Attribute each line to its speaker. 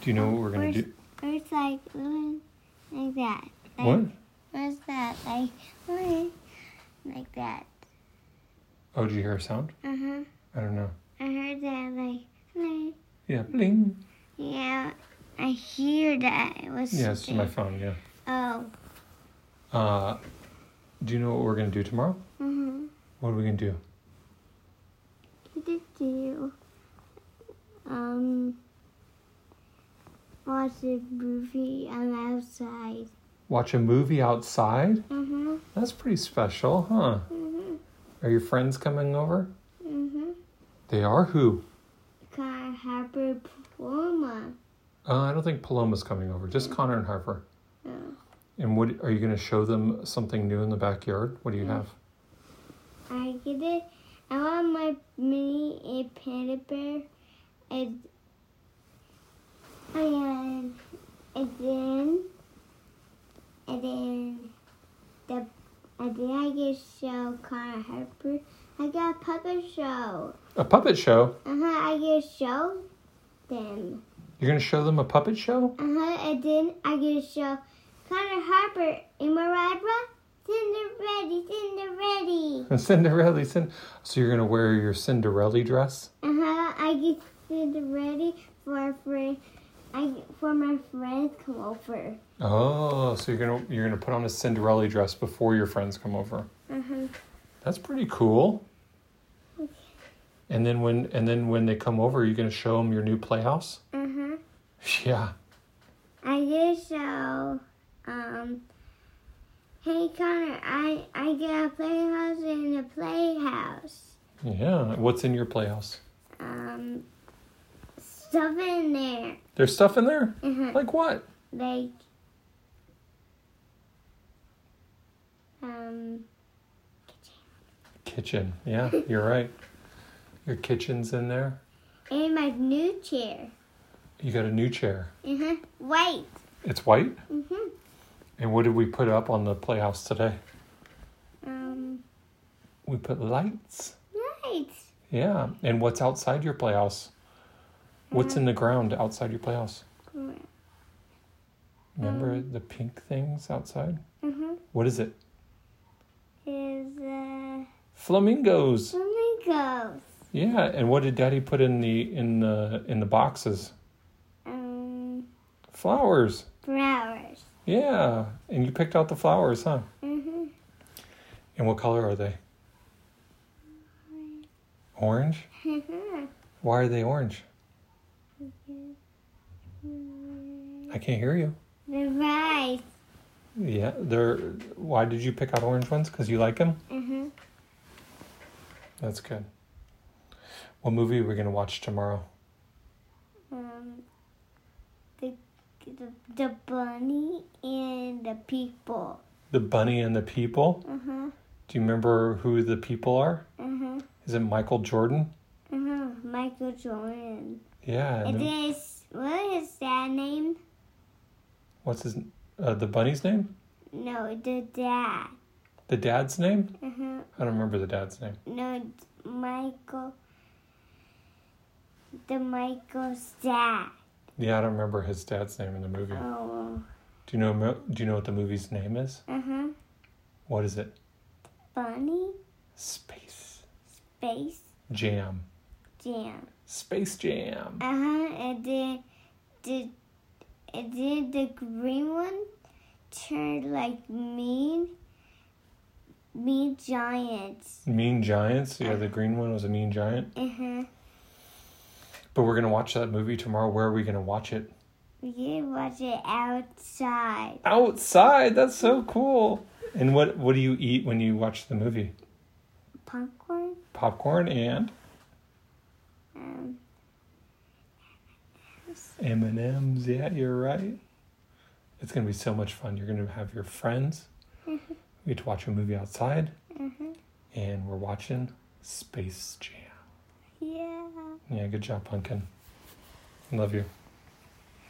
Speaker 1: Do you know what we're gonna
Speaker 2: Where's-
Speaker 1: do?
Speaker 2: Where's like mm, like that? Like,
Speaker 1: What?
Speaker 2: Where's that? Like mm, like that?
Speaker 1: Oh, did you hear a sound?
Speaker 2: Uh huh.
Speaker 1: I don't know.
Speaker 2: I heard that like mm.
Speaker 1: Yeah, bling.
Speaker 2: yeah. I hear that. It was
Speaker 1: Yeah, it's my
Speaker 2: something.
Speaker 1: phone. Yeah.
Speaker 2: oh.
Speaker 1: Uh, do you know what we're gonna do tomorrow?
Speaker 2: Mhm.
Speaker 1: What are we gonna do?
Speaker 2: What did you um watch a movie on outside?
Speaker 1: Watch a movie outside?
Speaker 2: Mhm.
Speaker 1: That's pretty special, huh?
Speaker 2: Mhm.
Speaker 1: Are your friends coming over?
Speaker 2: Mhm.
Speaker 1: They are who?
Speaker 2: Car Harper Puma.
Speaker 1: Uh, I don't think Paloma's coming over. Just Connor and Harper.
Speaker 2: Oh.
Speaker 1: And what are you going to show them something new in the backyard? What do you have?
Speaker 2: I get it. I want my mini a panda bear and and and then and then the and then I get show Connor Harper. I got a puppet show.
Speaker 1: A puppet show.
Speaker 2: Uh huh. I get show them.
Speaker 1: You're going to show them a puppet show?
Speaker 2: Uh huh. And then I get show Connor Harper and Mariah. Cinderella, Cinderella.
Speaker 1: Cinderella. Cin- so you're going to wear your Cinderella dress?
Speaker 2: Uh-huh. I get it ready for for I for my friends come over.
Speaker 1: Oh, so you're going to you're going to put on a Cinderella dress before your friends come over.
Speaker 2: Uh-huh.
Speaker 1: That's pretty cool. And then when and then when they come over, you're going to show them your new playhouse?
Speaker 2: Uh-huh.
Speaker 1: Yeah.
Speaker 2: I get so um Hey Connor, I I get a playhouse in a playhouse.
Speaker 1: Yeah. What's in your playhouse?
Speaker 2: Um stuff in there.
Speaker 1: There's stuff in there?
Speaker 2: Uh-huh.
Speaker 1: Like what?
Speaker 2: Like um
Speaker 1: Kitchen. Yeah, you're right. Your kitchen's in there.
Speaker 2: and my new chair.
Speaker 1: You got a new chair.
Speaker 2: Uh-huh. White.
Speaker 1: It's white.
Speaker 2: Mm-hmm.
Speaker 1: And what did we put up on the playhouse today?
Speaker 2: Um
Speaker 1: We put lights.
Speaker 2: Right.
Speaker 1: Yeah. And what's outside your playhouse? What's in the ground outside your playhouse?
Speaker 2: Mm-hmm.
Speaker 1: Remember the pink things outside? What is it?
Speaker 2: Mm-hmm. Is uh,
Speaker 1: Flamingos.
Speaker 2: flamingos.
Speaker 1: Yeah. And what did Daddy put in the in the in the boxes?
Speaker 2: Um,
Speaker 1: Flowers.
Speaker 2: flowers.
Speaker 1: Yeah. And you picked out the flowers, huh?
Speaker 2: Mm-hmm.
Speaker 1: And what color are they? Orange. Why are they orange? I can't hear you.
Speaker 2: the rice.
Speaker 1: Yeah, they're. Why did you pick out orange ones? Because you like them?
Speaker 2: Mm-hmm.
Speaker 1: That's good. What movie are we going to watch tomorrow?
Speaker 2: Um, the, the the bunny and the people.
Speaker 1: The Bunny and the People?
Speaker 2: Uh-huh.
Speaker 1: Do you remember who the people are?
Speaker 2: Uh-huh.
Speaker 1: Is it Michael Jordan?
Speaker 2: Uh-huh. Michael Jordan.
Speaker 1: Yeah. and
Speaker 2: And
Speaker 1: then-
Speaker 2: then it's, what is that name?
Speaker 1: what's his. Uh, the bunny's name?
Speaker 2: No, the dad.
Speaker 1: The dad's name?
Speaker 2: Uh-huh.
Speaker 1: I don't remember the dad's name.
Speaker 2: No, it's Michael. The Michael's dad.
Speaker 1: Yeah, I don't remember his dad's name in the movie.
Speaker 2: Oh,
Speaker 1: Do you know? mo- Do you know what the movie's name is?
Speaker 2: uh huh.
Speaker 1: What is it?
Speaker 2: Bunny
Speaker 1: Space
Speaker 2: Space
Speaker 1: Jam.
Speaker 2: Jam.
Speaker 1: Space Jam.
Speaker 2: Uh huh. And then the and then the green one turned like mean, mean giants.
Speaker 1: Mean Giants. Yeah, the green one was a mean giant.
Speaker 2: Uh huh.
Speaker 1: But we're gonna watch that movie tomorrow. Where are we gonna watch it?
Speaker 2: We can watch it outside.
Speaker 1: Outside. That's so cool. And what what do you eat when you watch the movie?
Speaker 2: Popcorn.
Speaker 1: Popcorn and
Speaker 2: Um.
Speaker 1: M and M's. Yeah, you're right. It's gonna be so much fun. You're gonna have your friends. We get to watch a movie outside,
Speaker 2: Uh-huh.
Speaker 1: and we're watching Space Jam.
Speaker 2: Yeah.
Speaker 1: Yeah, good job, Pumpkin. Love you.